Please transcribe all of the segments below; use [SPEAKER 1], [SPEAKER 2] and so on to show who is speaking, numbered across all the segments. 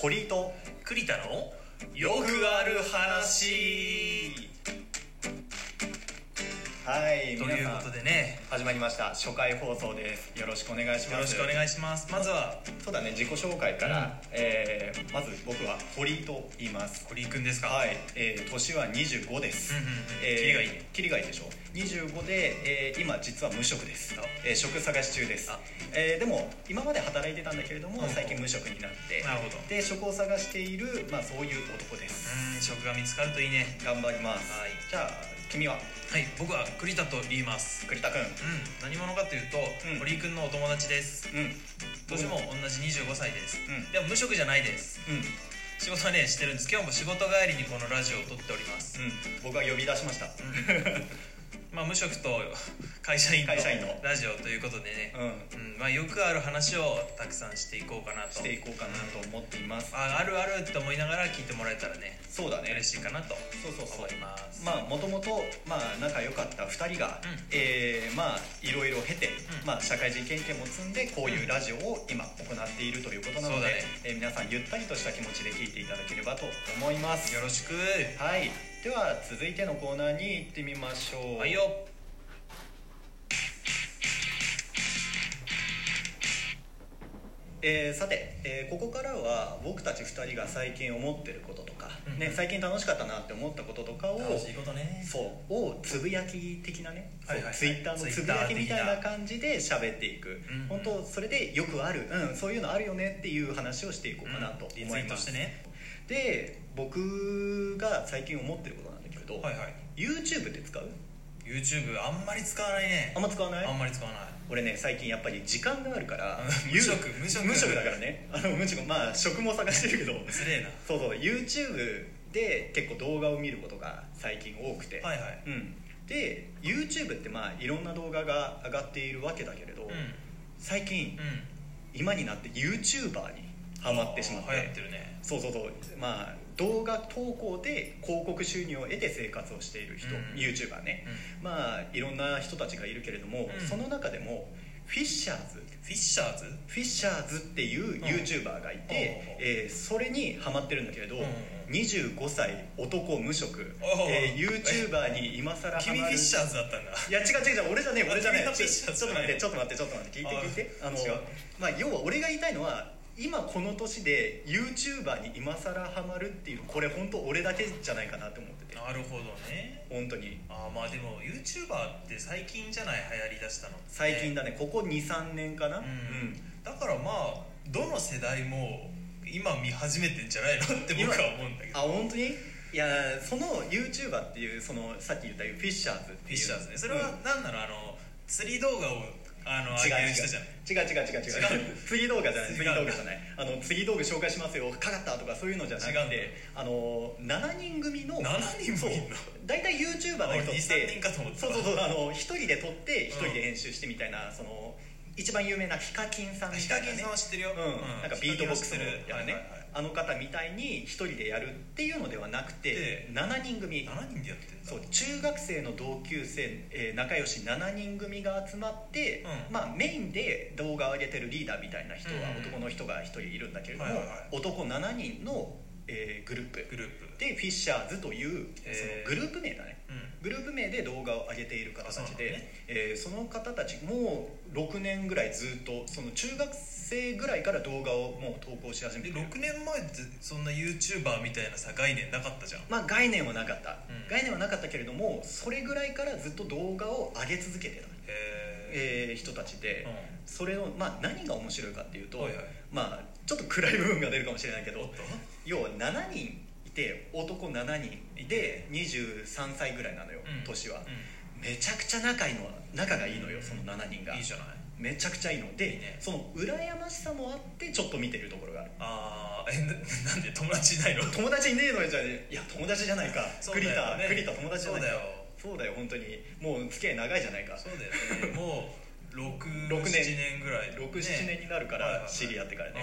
[SPEAKER 1] 堀井と
[SPEAKER 2] 栗田の
[SPEAKER 1] よくある話はい
[SPEAKER 2] と
[SPEAKER 1] 皆
[SPEAKER 2] いう
[SPEAKER 1] さ
[SPEAKER 2] こと
[SPEAKER 1] ん
[SPEAKER 2] でね
[SPEAKER 1] 始まりました初回放送ですよろしくお願いします
[SPEAKER 2] よろしくお願いしますまずは
[SPEAKER 1] そうだね自己紹介から、えーまず僕は堀井と言います
[SPEAKER 2] 堀井くんですか
[SPEAKER 1] はい、えー年は25です、
[SPEAKER 2] うんうんうん
[SPEAKER 1] えー
[SPEAKER 2] キリがいいね
[SPEAKER 1] キリがいいでしょ25で、えー今実は無職です
[SPEAKER 2] あ、
[SPEAKER 1] えー職探し中です
[SPEAKER 2] あ、
[SPEAKER 1] えーでも今まで働いてたんだけれども、
[SPEAKER 2] うん
[SPEAKER 1] 最近無職になって
[SPEAKER 2] なるほど
[SPEAKER 1] で職を探している、まあ、そういう男です、
[SPEAKER 2] うん職が見つかるといいね
[SPEAKER 1] 頑張ります、
[SPEAKER 2] はい
[SPEAKER 1] じゃあ君は
[SPEAKER 2] はい僕は栗田と言います
[SPEAKER 1] 栗田君
[SPEAKER 2] うん何者かというと、
[SPEAKER 1] うん
[SPEAKER 2] 堀井くんのお友達です
[SPEAKER 1] うん
[SPEAKER 2] 年も同じ25歳です、
[SPEAKER 1] うん
[SPEAKER 2] でも無職じゃないです
[SPEAKER 1] うん、うん、
[SPEAKER 2] 仕事はねしてるんです今日も仕事帰りにこのラジオを撮っており ます、
[SPEAKER 1] 僕は呼び出しました
[SPEAKER 2] まあ無職と会社員の
[SPEAKER 1] 会社員の
[SPEAKER 2] ラジオということでね、
[SPEAKER 1] うん
[SPEAKER 2] うんまあ、よくある話をたくさんしていこうかなと
[SPEAKER 1] していこうかなと思っています
[SPEAKER 2] ああるあるって思いながら聞いてもらえたらね
[SPEAKER 1] そうだね
[SPEAKER 2] 嬉しいかなと
[SPEAKER 1] そうそうそう
[SPEAKER 2] 思います
[SPEAKER 1] まあもともとまあ仲良かった2人が、
[SPEAKER 2] うん
[SPEAKER 1] えーまあいろいろ経て、
[SPEAKER 2] うん
[SPEAKER 1] まあ社会人経験も積んでこういうラジオを今行っているということなの
[SPEAKER 2] そ
[SPEAKER 1] で、
[SPEAKER 2] うだね
[SPEAKER 1] えー皆さんゆったりとした気持ちで聞いていただければと思います
[SPEAKER 2] よろしく
[SPEAKER 1] はいでは続いてのコーナーに行ってみましょう
[SPEAKER 2] はいよ
[SPEAKER 1] えーさて、えーここからは僕たち2人が最近思ってることとか、
[SPEAKER 2] うん
[SPEAKER 1] ね、最近楽しかったなって思ったこととかを
[SPEAKER 2] 楽しいことね
[SPEAKER 1] そうをつぶやき的なね、
[SPEAKER 2] はいはいはい
[SPEAKER 1] ツイッターのつぶやきみたいな感じで喋っていく、
[SPEAKER 2] うん
[SPEAKER 1] 本当それでよくある、うん、そういうのあるよねっていう話をしていこうかなと
[SPEAKER 2] リツ
[SPEAKER 1] 思
[SPEAKER 2] イ
[SPEAKER 1] い
[SPEAKER 2] ート
[SPEAKER 1] ま
[SPEAKER 2] し
[SPEAKER 1] す、
[SPEAKER 2] てね
[SPEAKER 1] で僕が最近思ってることなんだけど、
[SPEAKER 2] はいはい
[SPEAKER 1] YouTube って使う
[SPEAKER 2] YouTube あんまり使わないね
[SPEAKER 1] あんま使わない
[SPEAKER 2] あんまり使わない
[SPEAKER 1] 俺ね最近やっぱり時間があるから
[SPEAKER 2] うん無職無職
[SPEAKER 1] 無職だからねあの無職まあ職も探してるけど
[SPEAKER 2] 失礼な
[SPEAKER 1] そうそう YouTube で結構動画を見ることが最近多くて、
[SPEAKER 2] はいはい
[SPEAKER 1] うん、で YouTube ってまあいろんな動画が上がっているわけだけれど、
[SPEAKER 2] うん
[SPEAKER 1] 最近
[SPEAKER 2] うん
[SPEAKER 1] 今になって YouTuber にハマってしまって
[SPEAKER 2] 流行ってるね
[SPEAKER 1] そうそうそうまあ動画投稿で広告収入を得て生活をしている人、
[SPEAKER 2] うん
[SPEAKER 1] YouTuber ね、
[SPEAKER 2] う
[SPEAKER 1] まあいろんな人たちがいるけれども、
[SPEAKER 2] うん
[SPEAKER 1] その中でもフィッシャーズ
[SPEAKER 2] フィッシャーズ
[SPEAKER 1] フィッシャーズっていう YouTuber がいて、
[SPEAKER 2] うん
[SPEAKER 1] えーそれにハマってるんだけれど、
[SPEAKER 2] うんうん
[SPEAKER 1] 25歳男無職、
[SPEAKER 2] おう
[SPEAKER 1] えー、YouTuber に今更ハ
[SPEAKER 2] 君フ
[SPEAKER 1] マ
[SPEAKER 2] ィ
[SPEAKER 1] る
[SPEAKER 2] ッシャーズだった んだ
[SPEAKER 1] いや違う違う違う俺じゃねえ俺じゃね
[SPEAKER 2] あ
[SPEAKER 1] え
[SPEAKER 2] 君が
[SPEAKER 1] ちょ
[SPEAKER 2] フィッシャーズ
[SPEAKER 1] ちょっと待ってちょっと待ってちょっと待って聞いて
[SPEAKER 2] あ
[SPEAKER 1] 聞いてあの
[SPEAKER 2] 違う
[SPEAKER 1] まあ要は俺が言いたいのは今この年で YouTuber に今更ハマるっていうこれ本当俺だけじゃないかなと思ってて
[SPEAKER 2] なるほどね
[SPEAKER 1] 本当に
[SPEAKER 2] あーまあでも YouTuber って最近じゃない流行りだしたのって
[SPEAKER 1] 最近だねここ23年かな、
[SPEAKER 2] うんだからまあどの世代も今見始めてんじゃないのって僕
[SPEAKER 1] 今
[SPEAKER 2] は思うんだけど
[SPEAKER 1] あ本当にいやその YouTuber っていうそのさっき言ったフィッシャーズって
[SPEAKER 2] フィ
[SPEAKER 1] いう
[SPEAKER 2] ッシャーズねそれは何なのあの釣り動画をあの
[SPEAKER 1] 違う
[SPEAKER 2] 上げる人じゃない
[SPEAKER 1] 違う違う違う違う
[SPEAKER 2] 違う
[SPEAKER 1] 釣り動画じゃない
[SPEAKER 2] 違う
[SPEAKER 1] 釣り動画じゃないあの釣り動画紹介しますよかかったとかそういうのじゃな
[SPEAKER 2] 違うん
[SPEAKER 1] く
[SPEAKER 2] だ
[SPEAKER 1] てあの7人組の
[SPEAKER 2] 7人もいんの
[SPEAKER 1] そう大体 YouTuber の人っ
[SPEAKER 2] 俺
[SPEAKER 1] て
[SPEAKER 2] 23人かと思ってた
[SPEAKER 1] そうそうそうあの一人で撮って一人
[SPEAKER 2] うん
[SPEAKER 1] で編集してみたいな、その一番有名なヒカキンさんみ
[SPEAKER 2] ヒ
[SPEAKER 1] た
[SPEAKER 2] カ
[SPEAKER 1] いな、
[SPEAKER 2] キ
[SPEAKER 1] ね、
[SPEAKER 2] ンさんは知ってるよ、
[SPEAKER 1] うん、なんかビートボックスの
[SPEAKER 2] ヒカキンは知ってる
[SPEAKER 1] やね、
[SPEAKER 2] はいはいはい
[SPEAKER 1] あの方みたいに一人でやるっていうのではなくて
[SPEAKER 2] で
[SPEAKER 1] 7人組
[SPEAKER 2] 7人でやってんだ
[SPEAKER 1] そう中学生の同級生、えー仲良し7人組が集まって、
[SPEAKER 2] うん
[SPEAKER 1] まあ、メインで動画を上げてるリーダーみたいな人は、
[SPEAKER 2] うん
[SPEAKER 1] 男の人が1人いるんだけれども、
[SPEAKER 2] はいはいはい
[SPEAKER 1] 男7人の、えーグループ
[SPEAKER 2] グループ
[SPEAKER 1] でフィッシャーズという
[SPEAKER 2] へー
[SPEAKER 1] そのグループ名だね
[SPEAKER 2] うん
[SPEAKER 1] グループ名で動画を上げている方た
[SPEAKER 2] あそうな
[SPEAKER 1] ち
[SPEAKER 2] んだ
[SPEAKER 1] で
[SPEAKER 2] ね
[SPEAKER 1] そ,、えーその方たちもう6年ぐらいずっとその中学生ぐらいから動画をもう投稿し始めて
[SPEAKER 2] で
[SPEAKER 1] る
[SPEAKER 2] 6年前ってそんな YouTuber みたいなさ概念なかったじゃん
[SPEAKER 1] まあ概念はなかった、
[SPEAKER 2] うん
[SPEAKER 1] 概念はなかったけれどもそれぐらいからずっと動画を上げ続けてた、
[SPEAKER 2] へえ
[SPEAKER 1] えー人たちで、
[SPEAKER 2] うん
[SPEAKER 1] それを、まあ、何が面白いかっていうと、
[SPEAKER 2] はいはい
[SPEAKER 1] まあちょっと暗い部分が出るかもしれないけど
[SPEAKER 2] おっと
[SPEAKER 1] 要は7人いて男7人で23歳ぐらいなのよ、
[SPEAKER 2] うん
[SPEAKER 1] 年は、
[SPEAKER 2] う
[SPEAKER 1] めちゃくちゃ仲いいのは仲がいいのよその7人が
[SPEAKER 2] んいいじゃない
[SPEAKER 1] めちゃくちゃいいので
[SPEAKER 2] いいね
[SPEAKER 1] その羨ましさもあってちょっと見てるところがある
[SPEAKER 2] あーえななんで友達いないの
[SPEAKER 1] 友達いねえのよじゃあいや友達じゃないか
[SPEAKER 2] そう
[SPEAKER 1] 栗
[SPEAKER 2] だ
[SPEAKER 1] 田
[SPEAKER 2] よね
[SPEAKER 1] 栗田友達じゃないか
[SPEAKER 2] そうだよ
[SPEAKER 1] そうだよ本当にもう付き合い長いじゃないか
[SPEAKER 2] そうだよねもう67
[SPEAKER 1] 六年
[SPEAKER 2] 年ぐらい
[SPEAKER 1] 67年になるか
[SPEAKER 2] はいはい
[SPEAKER 1] ら
[SPEAKER 2] はい
[SPEAKER 1] 知り合ってからね、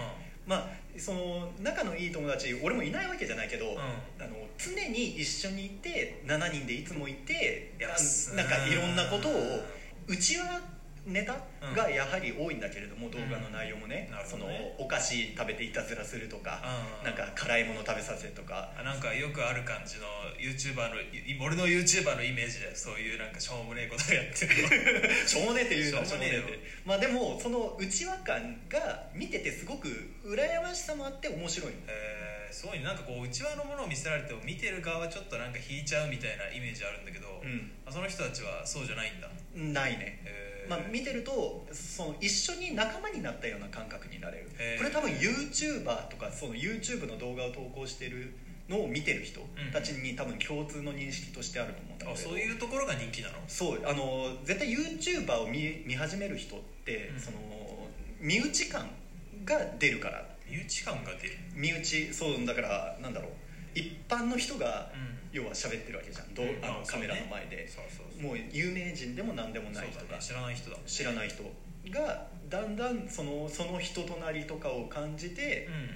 [SPEAKER 1] まあその仲のいい友達俺もいないわけじゃないけど、
[SPEAKER 2] ん
[SPEAKER 1] あの常に一緒にいて7人でいつもいて
[SPEAKER 2] いや
[SPEAKER 1] あの
[SPEAKER 2] す
[SPEAKER 1] なんかいろんなことを
[SPEAKER 2] う
[SPEAKER 1] う
[SPEAKER 2] ん
[SPEAKER 1] ちはネタ
[SPEAKER 2] うん
[SPEAKER 1] がやはり多いんだけれども、動画の内容もね,、
[SPEAKER 2] なる
[SPEAKER 1] そ
[SPEAKER 2] ほど
[SPEAKER 1] の
[SPEAKER 2] ね
[SPEAKER 1] お菓子食べていたずらするとか、
[SPEAKER 2] うん
[SPEAKER 1] なんか辛いもの食べさせと か
[SPEAKER 2] あなんかよくある感じの YouTuber のい俺の YouTuber のイメージでそういうなんかしょうもねえことやってるの
[SPEAKER 1] しょうもねえっていうのは
[SPEAKER 2] しょうも
[SPEAKER 1] しょ
[SPEAKER 2] ねえ
[SPEAKER 1] う
[SPEAKER 2] よ
[SPEAKER 1] もねえってまあでもその内輪感が見ててすごく羨ましさもあって面白いの
[SPEAKER 2] えー、すごいなんかこう内輪のものを見せられても見てる側はちょっとなんか引いちゃうみたいなイメージあるんだけど、
[SPEAKER 1] う
[SPEAKER 2] あその人たちはそうじゃないんだ
[SPEAKER 1] んないね
[SPEAKER 2] えー
[SPEAKER 1] まあ、見てるとその一緒に仲間になったような感覚になれる、
[SPEAKER 2] へー
[SPEAKER 1] これ多分 YouTuber とかその YouTube の動画を投稿してるのを見てる人たちに多分共通の認識としてあると思うんだけど、
[SPEAKER 2] あそういうところが人気なの
[SPEAKER 1] そうあの絶対 YouTuber を見見始める人って、
[SPEAKER 2] うん
[SPEAKER 1] その身内感が出るから
[SPEAKER 2] 身内感が出る、
[SPEAKER 1] 身内そうだからなんだろう一般の人が
[SPEAKER 2] うん
[SPEAKER 1] 要は喋ってるわけじゃん、どう
[SPEAKER 2] うん
[SPEAKER 1] あ
[SPEAKER 2] ま
[SPEAKER 1] の
[SPEAKER 2] あ
[SPEAKER 1] カメラの
[SPEAKER 2] そうね
[SPEAKER 1] 前で、
[SPEAKER 2] そうそうそう
[SPEAKER 1] もう有名人でも何でもない人
[SPEAKER 2] そうだ
[SPEAKER 1] が
[SPEAKER 2] ね知らない人だ
[SPEAKER 1] 知らない人がだんだんそのその人となりとかを感じて
[SPEAKER 2] うん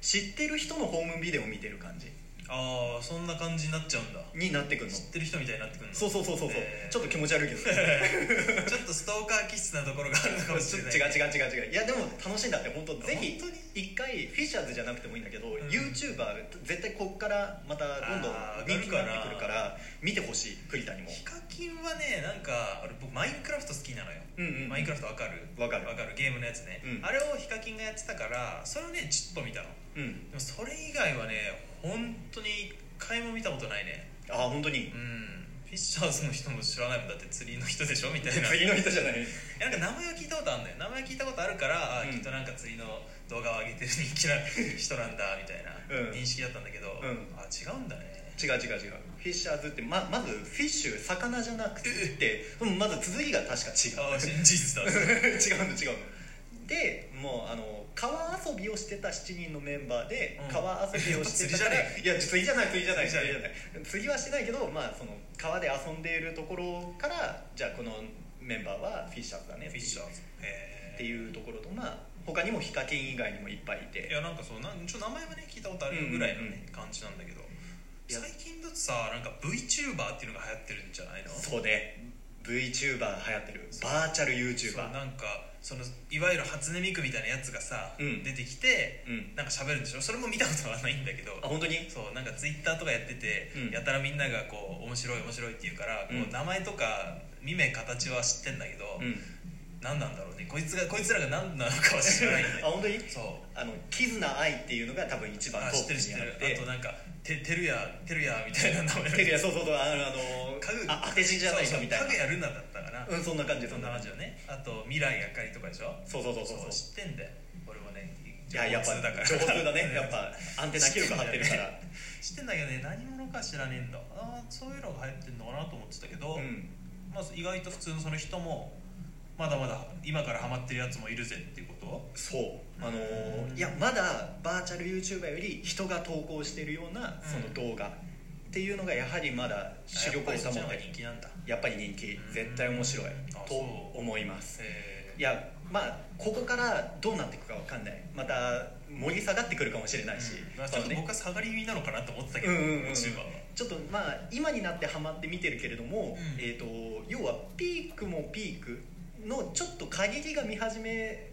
[SPEAKER 1] 知ってる人のホームビデオを見てる感じ
[SPEAKER 2] ああそんな感じになっちゃうんだ
[SPEAKER 1] になってくるの
[SPEAKER 2] 知ってる人みたいになってくるの
[SPEAKER 1] そう そうそうそうそう
[SPEAKER 2] えー
[SPEAKER 1] ちょっと気持ち悪い けど
[SPEAKER 2] ちょっとストーカー気質なところがあるのかもし
[SPEAKER 1] ちょ
[SPEAKER 2] れない
[SPEAKER 1] 違う違う違う違ういやでも楽しいんだって本当ぜひ
[SPEAKER 2] 本当に
[SPEAKER 1] 一回フィッシャーズじゃなくてもいいんだけど、
[SPEAKER 2] ん
[SPEAKER 1] YouTuber 絶対こっからまたどんどん
[SPEAKER 2] あー
[SPEAKER 1] 人気になってくるから見てほしい栗谷も
[SPEAKER 2] ヒカキンはねなんか俺僕マインクラフト好きなのよ、
[SPEAKER 1] うんうん
[SPEAKER 2] マインクラフトわかる
[SPEAKER 1] わかる
[SPEAKER 2] わかるゲームのやつね、
[SPEAKER 1] うん
[SPEAKER 2] あれをヒカキンがやってたからそれをねちょっと見たの
[SPEAKER 1] うん
[SPEAKER 2] でもそれ以外はね本当に一回も見たことないね
[SPEAKER 1] ああ本当に
[SPEAKER 2] うんフィッシャーズの人も知らないもんだって釣りの人でしょみたいな
[SPEAKER 1] 次の人じゃない
[SPEAKER 2] いやなんか名前は聞いたことあるのよ名前聞いたことあるから、あ
[SPEAKER 1] うん
[SPEAKER 2] きっとなんか次の動画を上げてる人気な人なんだみたいな
[SPEAKER 1] うん
[SPEAKER 2] 認識だったんだけど、
[SPEAKER 1] ん
[SPEAKER 2] あ違うんだね
[SPEAKER 1] 違う違う違うフィッシャーズってままずフィッシュ魚じゃなくてうんまず続きが確か違う
[SPEAKER 2] あ真実だへ
[SPEAKER 1] 違うの違うのでもうあの川遊びをしてた7人のメンバーで
[SPEAKER 2] うん
[SPEAKER 1] 川遊びをして たから、
[SPEAKER 2] やっぱ
[SPEAKER 1] いや釣りじゃない釣りじゃない釣り
[SPEAKER 2] 釣り
[SPEAKER 1] じ
[SPEAKER 2] じ
[SPEAKER 1] ゃ
[SPEAKER 2] ゃ
[SPEAKER 1] な
[SPEAKER 2] ない
[SPEAKER 1] 釣りはしてないけど、まあ、その川で遊んでいるところからじゃあこのメンバーはフィッシャーズだね
[SPEAKER 2] フィッシャーズ
[SPEAKER 1] っ
[SPEAKER 2] え
[SPEAKER 1] ていうところとまあ他にもヒカキン以外にもいっぱいい
[SPEAKER 2] い
[SPEAKER 1] て
[SPEAKER 2] やなんかそうなんちょっと名前はね聞いたことあるぐらいの、ね感じなんだけど
[SPEAKER 1] や
[SPEAKER 2] 最近だとさなんか VTuber っていうのが流行ってるんじゃないの
[SPEAKER 1] そうね VTuber 流行ってるバーチャル
[SPEAKER 2] そう
[SPEAKER 1] YouTuber
[SPEAKER 2] なんかそのいわゆる初音ミクみたいなやつがさ、
[SPEAKER 1] うん
[SPEAKER 2] 出てきて
[SPEAKER 1] うん
[SPEAKER 2] なんか喋るんでしょそれも見たことはないんだけど
[SPEAKER 1] あ本当に
[SPEAKER 2] そうなんかツイッターとかやってて、
[SPEAKER 1] うん
[SPEAKER 2] やたらみんながこう面白い面白いって言うか
[SPEAKER 1] う
[SPEAKER 2] ら、
[SPEAKER 1] ん
[SPEAKER 2] こう名前とか見目形は知ってんだけど、
[SPEAKER 1] うん
[SPEAKER 2] 何なんだろうねこいつがこいつらが何なのかは知らないんだ
[SPEAKER 1] あ
[SPEAKER 2] よ
[SPEAKER 1] 本当に
[SPEAKER 2] そう
[SPEAKER 1] あのキズナアイっていうのが多分一番
[SPEAKER 2] あ
[SPEAKER 1] ト
[SPEAKER 2] 知っ
[SPEAKER 1] ッ
[SPEAKER 2] て
[SPEAKER 1] プ
[SPEAKER 2] る知
[SPEAKER 1] に
[SPEAKER 2] っ
[SPEAKER 1] あ
[SPEAKER 2] て
[SPEAKER 1] っ
[SPEAKER 2] る
[SPEAKER 1] て
[SPEAKER 2] あとなんかててるやてるやみたいな名前
[SPEAKER 1] いやそうそうそうあのあの
[SPEAKER 2] 家具
[SPEAKER 1] あ当て字じゃない
[SPEAKER 2] そ
[SPEAKER 1] の
[SPEAKER 2] うそ
[SPEAKER 1] み
[SPEAKER 2] う
[SPEAKER 1] たいな
[SPEAKER 2] 家具やるなだったかな、
[SPEAKER 1] うんそんな感じ
[SPEAKER 2] そ
[SPEAKER 1] そ
[SPEAKER 2] ん
[SPEAKER 1] ん
[SPEAKER 2] な
[SPEAKER 1] な
[SPEAKER 2] 感
[SPEAKER 1] 感
[SPEAKER 2] じ
[SPEAKER 1] じ
[SPEAKER 2] よねあと未来あかりとかでしょ
[SPEAKER 1] そうそうそうそう
[SPEAKER 2] そう知ってんだよ俺もね
[SPEAKER 1] いややっぱ
[SPEAKER 2] 情報通だから
[SPEAKER 1] 情報通だねやっぱアンテナ9が張ってるから
[SPEAKER 2] 知ってんだけどね何者か知らねえんだあーそういうのが流行ってんのかなと思ってたけど、
[SPEAKER 1] うん
[SPEAKER 2] まあ、意外と普通のその人もまだまだ今からハマってるやつもいるぜっていうこと
[SPEAKER 1] そうあのー
[SPEAKER 2] うん
[SPEAKER 1] いやまだバーチャル YouTuber より人が投稿してるようなその動画っていうのがやはりまだ主力を保
[SPEAKER 2] やっぱりそっちの方
[SPEAKER 1] っ
[SPEAKER 2] が
[SPEAKER 1] て
[SPEAKER 2] 人気なんだ
[SPEAKER 1] やっぱり人気絶対面白い
[SPEAKER 2] あ
[SPEAKER 1] と
[SPEAKER 2] そう
[SPEAKER 1] 思います
[SPEAKER 2] え
[SPEAKER 1] いやまあここからどうなっていくかわかんないまた盛り下がってくるかもしれないし、
[SPEAKER 2] ーまあ、ちょっと僕は下がり気味なのかなと思ってたけ
[SPEAKER 1] うん
[SPEAKER 2] ど、
[SPEAKER 1] うんうん
[SPEAKER 2] YouTuber は
[SPEAKER 1] ちょっとまあ今になってハマって見てるけれども、
[SPEAKER 2] うん
[SPEAKER 1] えー、と要はピークもピークのちょっと限りが見始め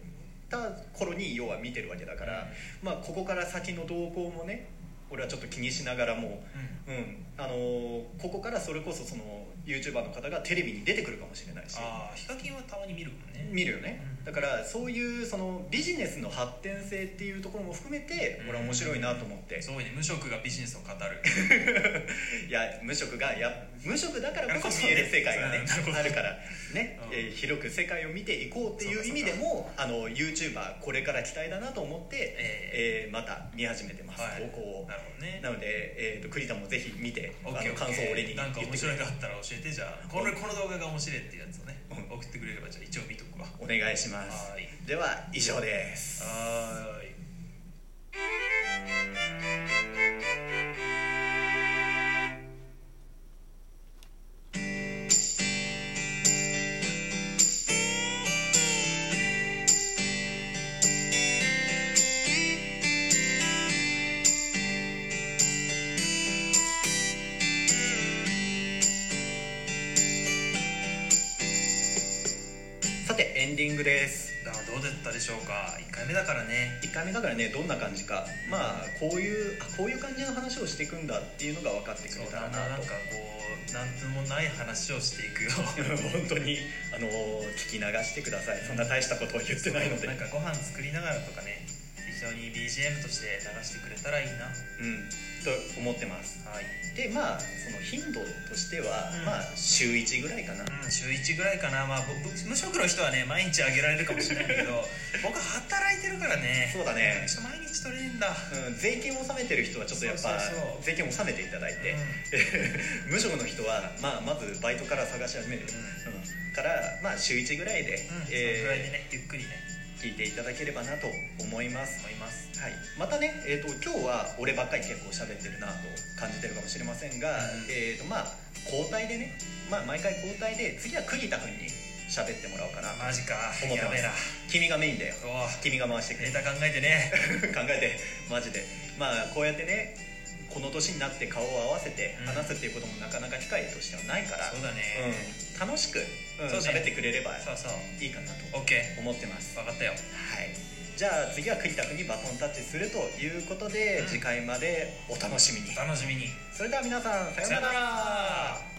[SPEAKER 1] た頃に要は見てるわけだから、まあ、ここから先の動向もね俺はちょっと気にしながらも、
[SPEAKER 2] うん
[SPEAKER 1] うんあのーここからそれこそその YouTuber の方がテレビに出てくるかもしれないし
[SPEAKER 2] ああヒカキンはたまに見るもんね
[SPEAKER 1] 見るよね、
[SPEAKER 2] うん
[SPEAKER 1] だからそういうそのビジネスの発展性っていうところも含めて俺は面白いなと思って、
[SPEAKER 2] すごいね無職がビジネスを語る
[SPEAKER 1] いや無職がいや無職だからこそ見
[SPEAKER 2] だからこそね
[SPEAKER 1] える世界がね
[SPEAKER 2] うんなるほど
[SPEAKER 1] あるからね、
[SPEAKER 2] うん
[SPEAKER 1] えー広く世界を見ていこうっていう意味でもあの YouTuber これから期待だなと思って、え
[SPEAKER 2] え
[SPEAKER 1] ーまた見始めてます、
[SPEAKER 2] はい
[SPEAKER 1] 投稿を
[SPEAKER 2] なるほどね
[SPEAKER 1] なので、えー、と栗田もぜひ見てあ
[SPEAKER 2] オ
[SPEAKER 1] の
[SPEAKER 2] ッケーオッケー
[SPEAKER 1] 感想を俺に言
[SPEAKER 2] なん
[SPEAKER 1] って
[SPEAKER 2] か面
[SPEAKER 1] く
[SPEAKER 2] 白
[SPEAKER 1] れ
[SPEAKER 2] いのあったら教えてじゃあこれこの動画が面白いっていうやつをね
[SPEAKER 1] う
[SPEAKER 2] 送ってくれればじゃあ一応見とくわ
[SPEAKER 1] お願いします
[SPEAKER 2] はーい
[SPEAKER 1] では以上です
[SPEAKER 2] はーい
[SPEAKER 1] ささてエンディングです
[SPEAKER 2] あどうだったでしょうか1回目だからね
[SPEAKER 1] 1回目だからねどんな感じかまあこういうあこういう感じの話をしていくんだっていうのが分かってく
[SPEAKER 2] そ
[SPEAKER 1] れ
[SPEAKER 2] う
[SPEAKER 1] た
[SPEAKER 2] だ
[SPEAKER 1] ら
[SPEAKER 2] なな
[SPEAKER 1] なんと
[SPEAKER 2] かこうなんともない話をしていくよ
[SPEAKER 1] 本当にあの聞き流してくださいそんな大したことを言ってないので
[SPEAKER 2] なんかご飯作りながらとかね非常に BGM として流してくれたらいいな
[SPEAKER 1] うんと思ってます
[SPEAKER 2] はい、
[SPEAKER 1] でまあその頻度としては、
[SPEAKER 2] うん
[SPEAKER 1] まあ週1ぐらいかな
[SPEAKER 2] うん、週1ぐらいかな、まあ、ぼぼ無職の人はね毎日あげられるかもしれないけど 僕働いてるからね
[SPEAKER 1] そうだね
[SPEAKER 2] ちょっと毎日取れねえんだ
[SPEAKER 1] うん、税金を納めてる人はちょっとやっぱ
[SPEAKER 2] そうそうそう
[SPEAKER 1] 税金を納めていただいて、 無職の人は、まあ、まずバイトから探し始める、うんから、まあ、週1ぐらいで、
[SPEAKER 2] うん、うん、そのぐらいで
[SPEAKER 1] え
[SPEAKER 2] ねゆっくりね
[SPEAKER 1] ー聞いていただければなと思います、
[SPEAKER 2] 思います
[SPEAKER 1] はい、またね、えー、と今日は俺ばっかり結構喋ってるなと感じてるかもしれませんが、
[SPEAKER 2] うん
[SPEAKER 1] えーとまあ、交代でね、まあ、毎回交代で次は栗田君に喋ってもらおうかな、
[SPEAKER 2] あマジか
[SPEAKER 1] 思って
[SPEAKER 2] や
[SPEAKER 1] ます
[SPEAKER 2] べえな
[SPEAKER 1] 君がメインだよ
[SPEAKER 2] おう
[SPEAKER 1] 君が回してくれ
[SPEAKER 2] ネタ考えて ね
[SPEAKER 1] 考えてマジでまあこうやってねこの年になって顔を合わせて
[SPEAKER 2] うん
[SPEAKER 1] 話すっていうこともなかなか機会としてはないから、う
[SPEAKER 2] そ
[SPEAKER 1] ん
[SPEAKER 2] うだね、
[SPEAKER 1] 楽しく、うん
[SPEAKER 2] そうね
[SPEAKER 1] 喋ってくれれば
[SPEAKER 2] そうそう
[SPEAKER 1] いいかなと
[SPEAKER 2] OK
[SPEAKER 1] 思ってます、
[SPEAKER 2] 分かったよ
[SPEAKER 1] はい、じゃあ次は栗田君にバトンタッチするということで、
[SPEAKER 2] うん
[SPEAKER 1] 次回までお楽しみに
[SPEAKER 2] お楽しみに
[SPEAKER 1] それでは皆さんさような
[SPEAKER 2] さような
[SPEAKER 1] ら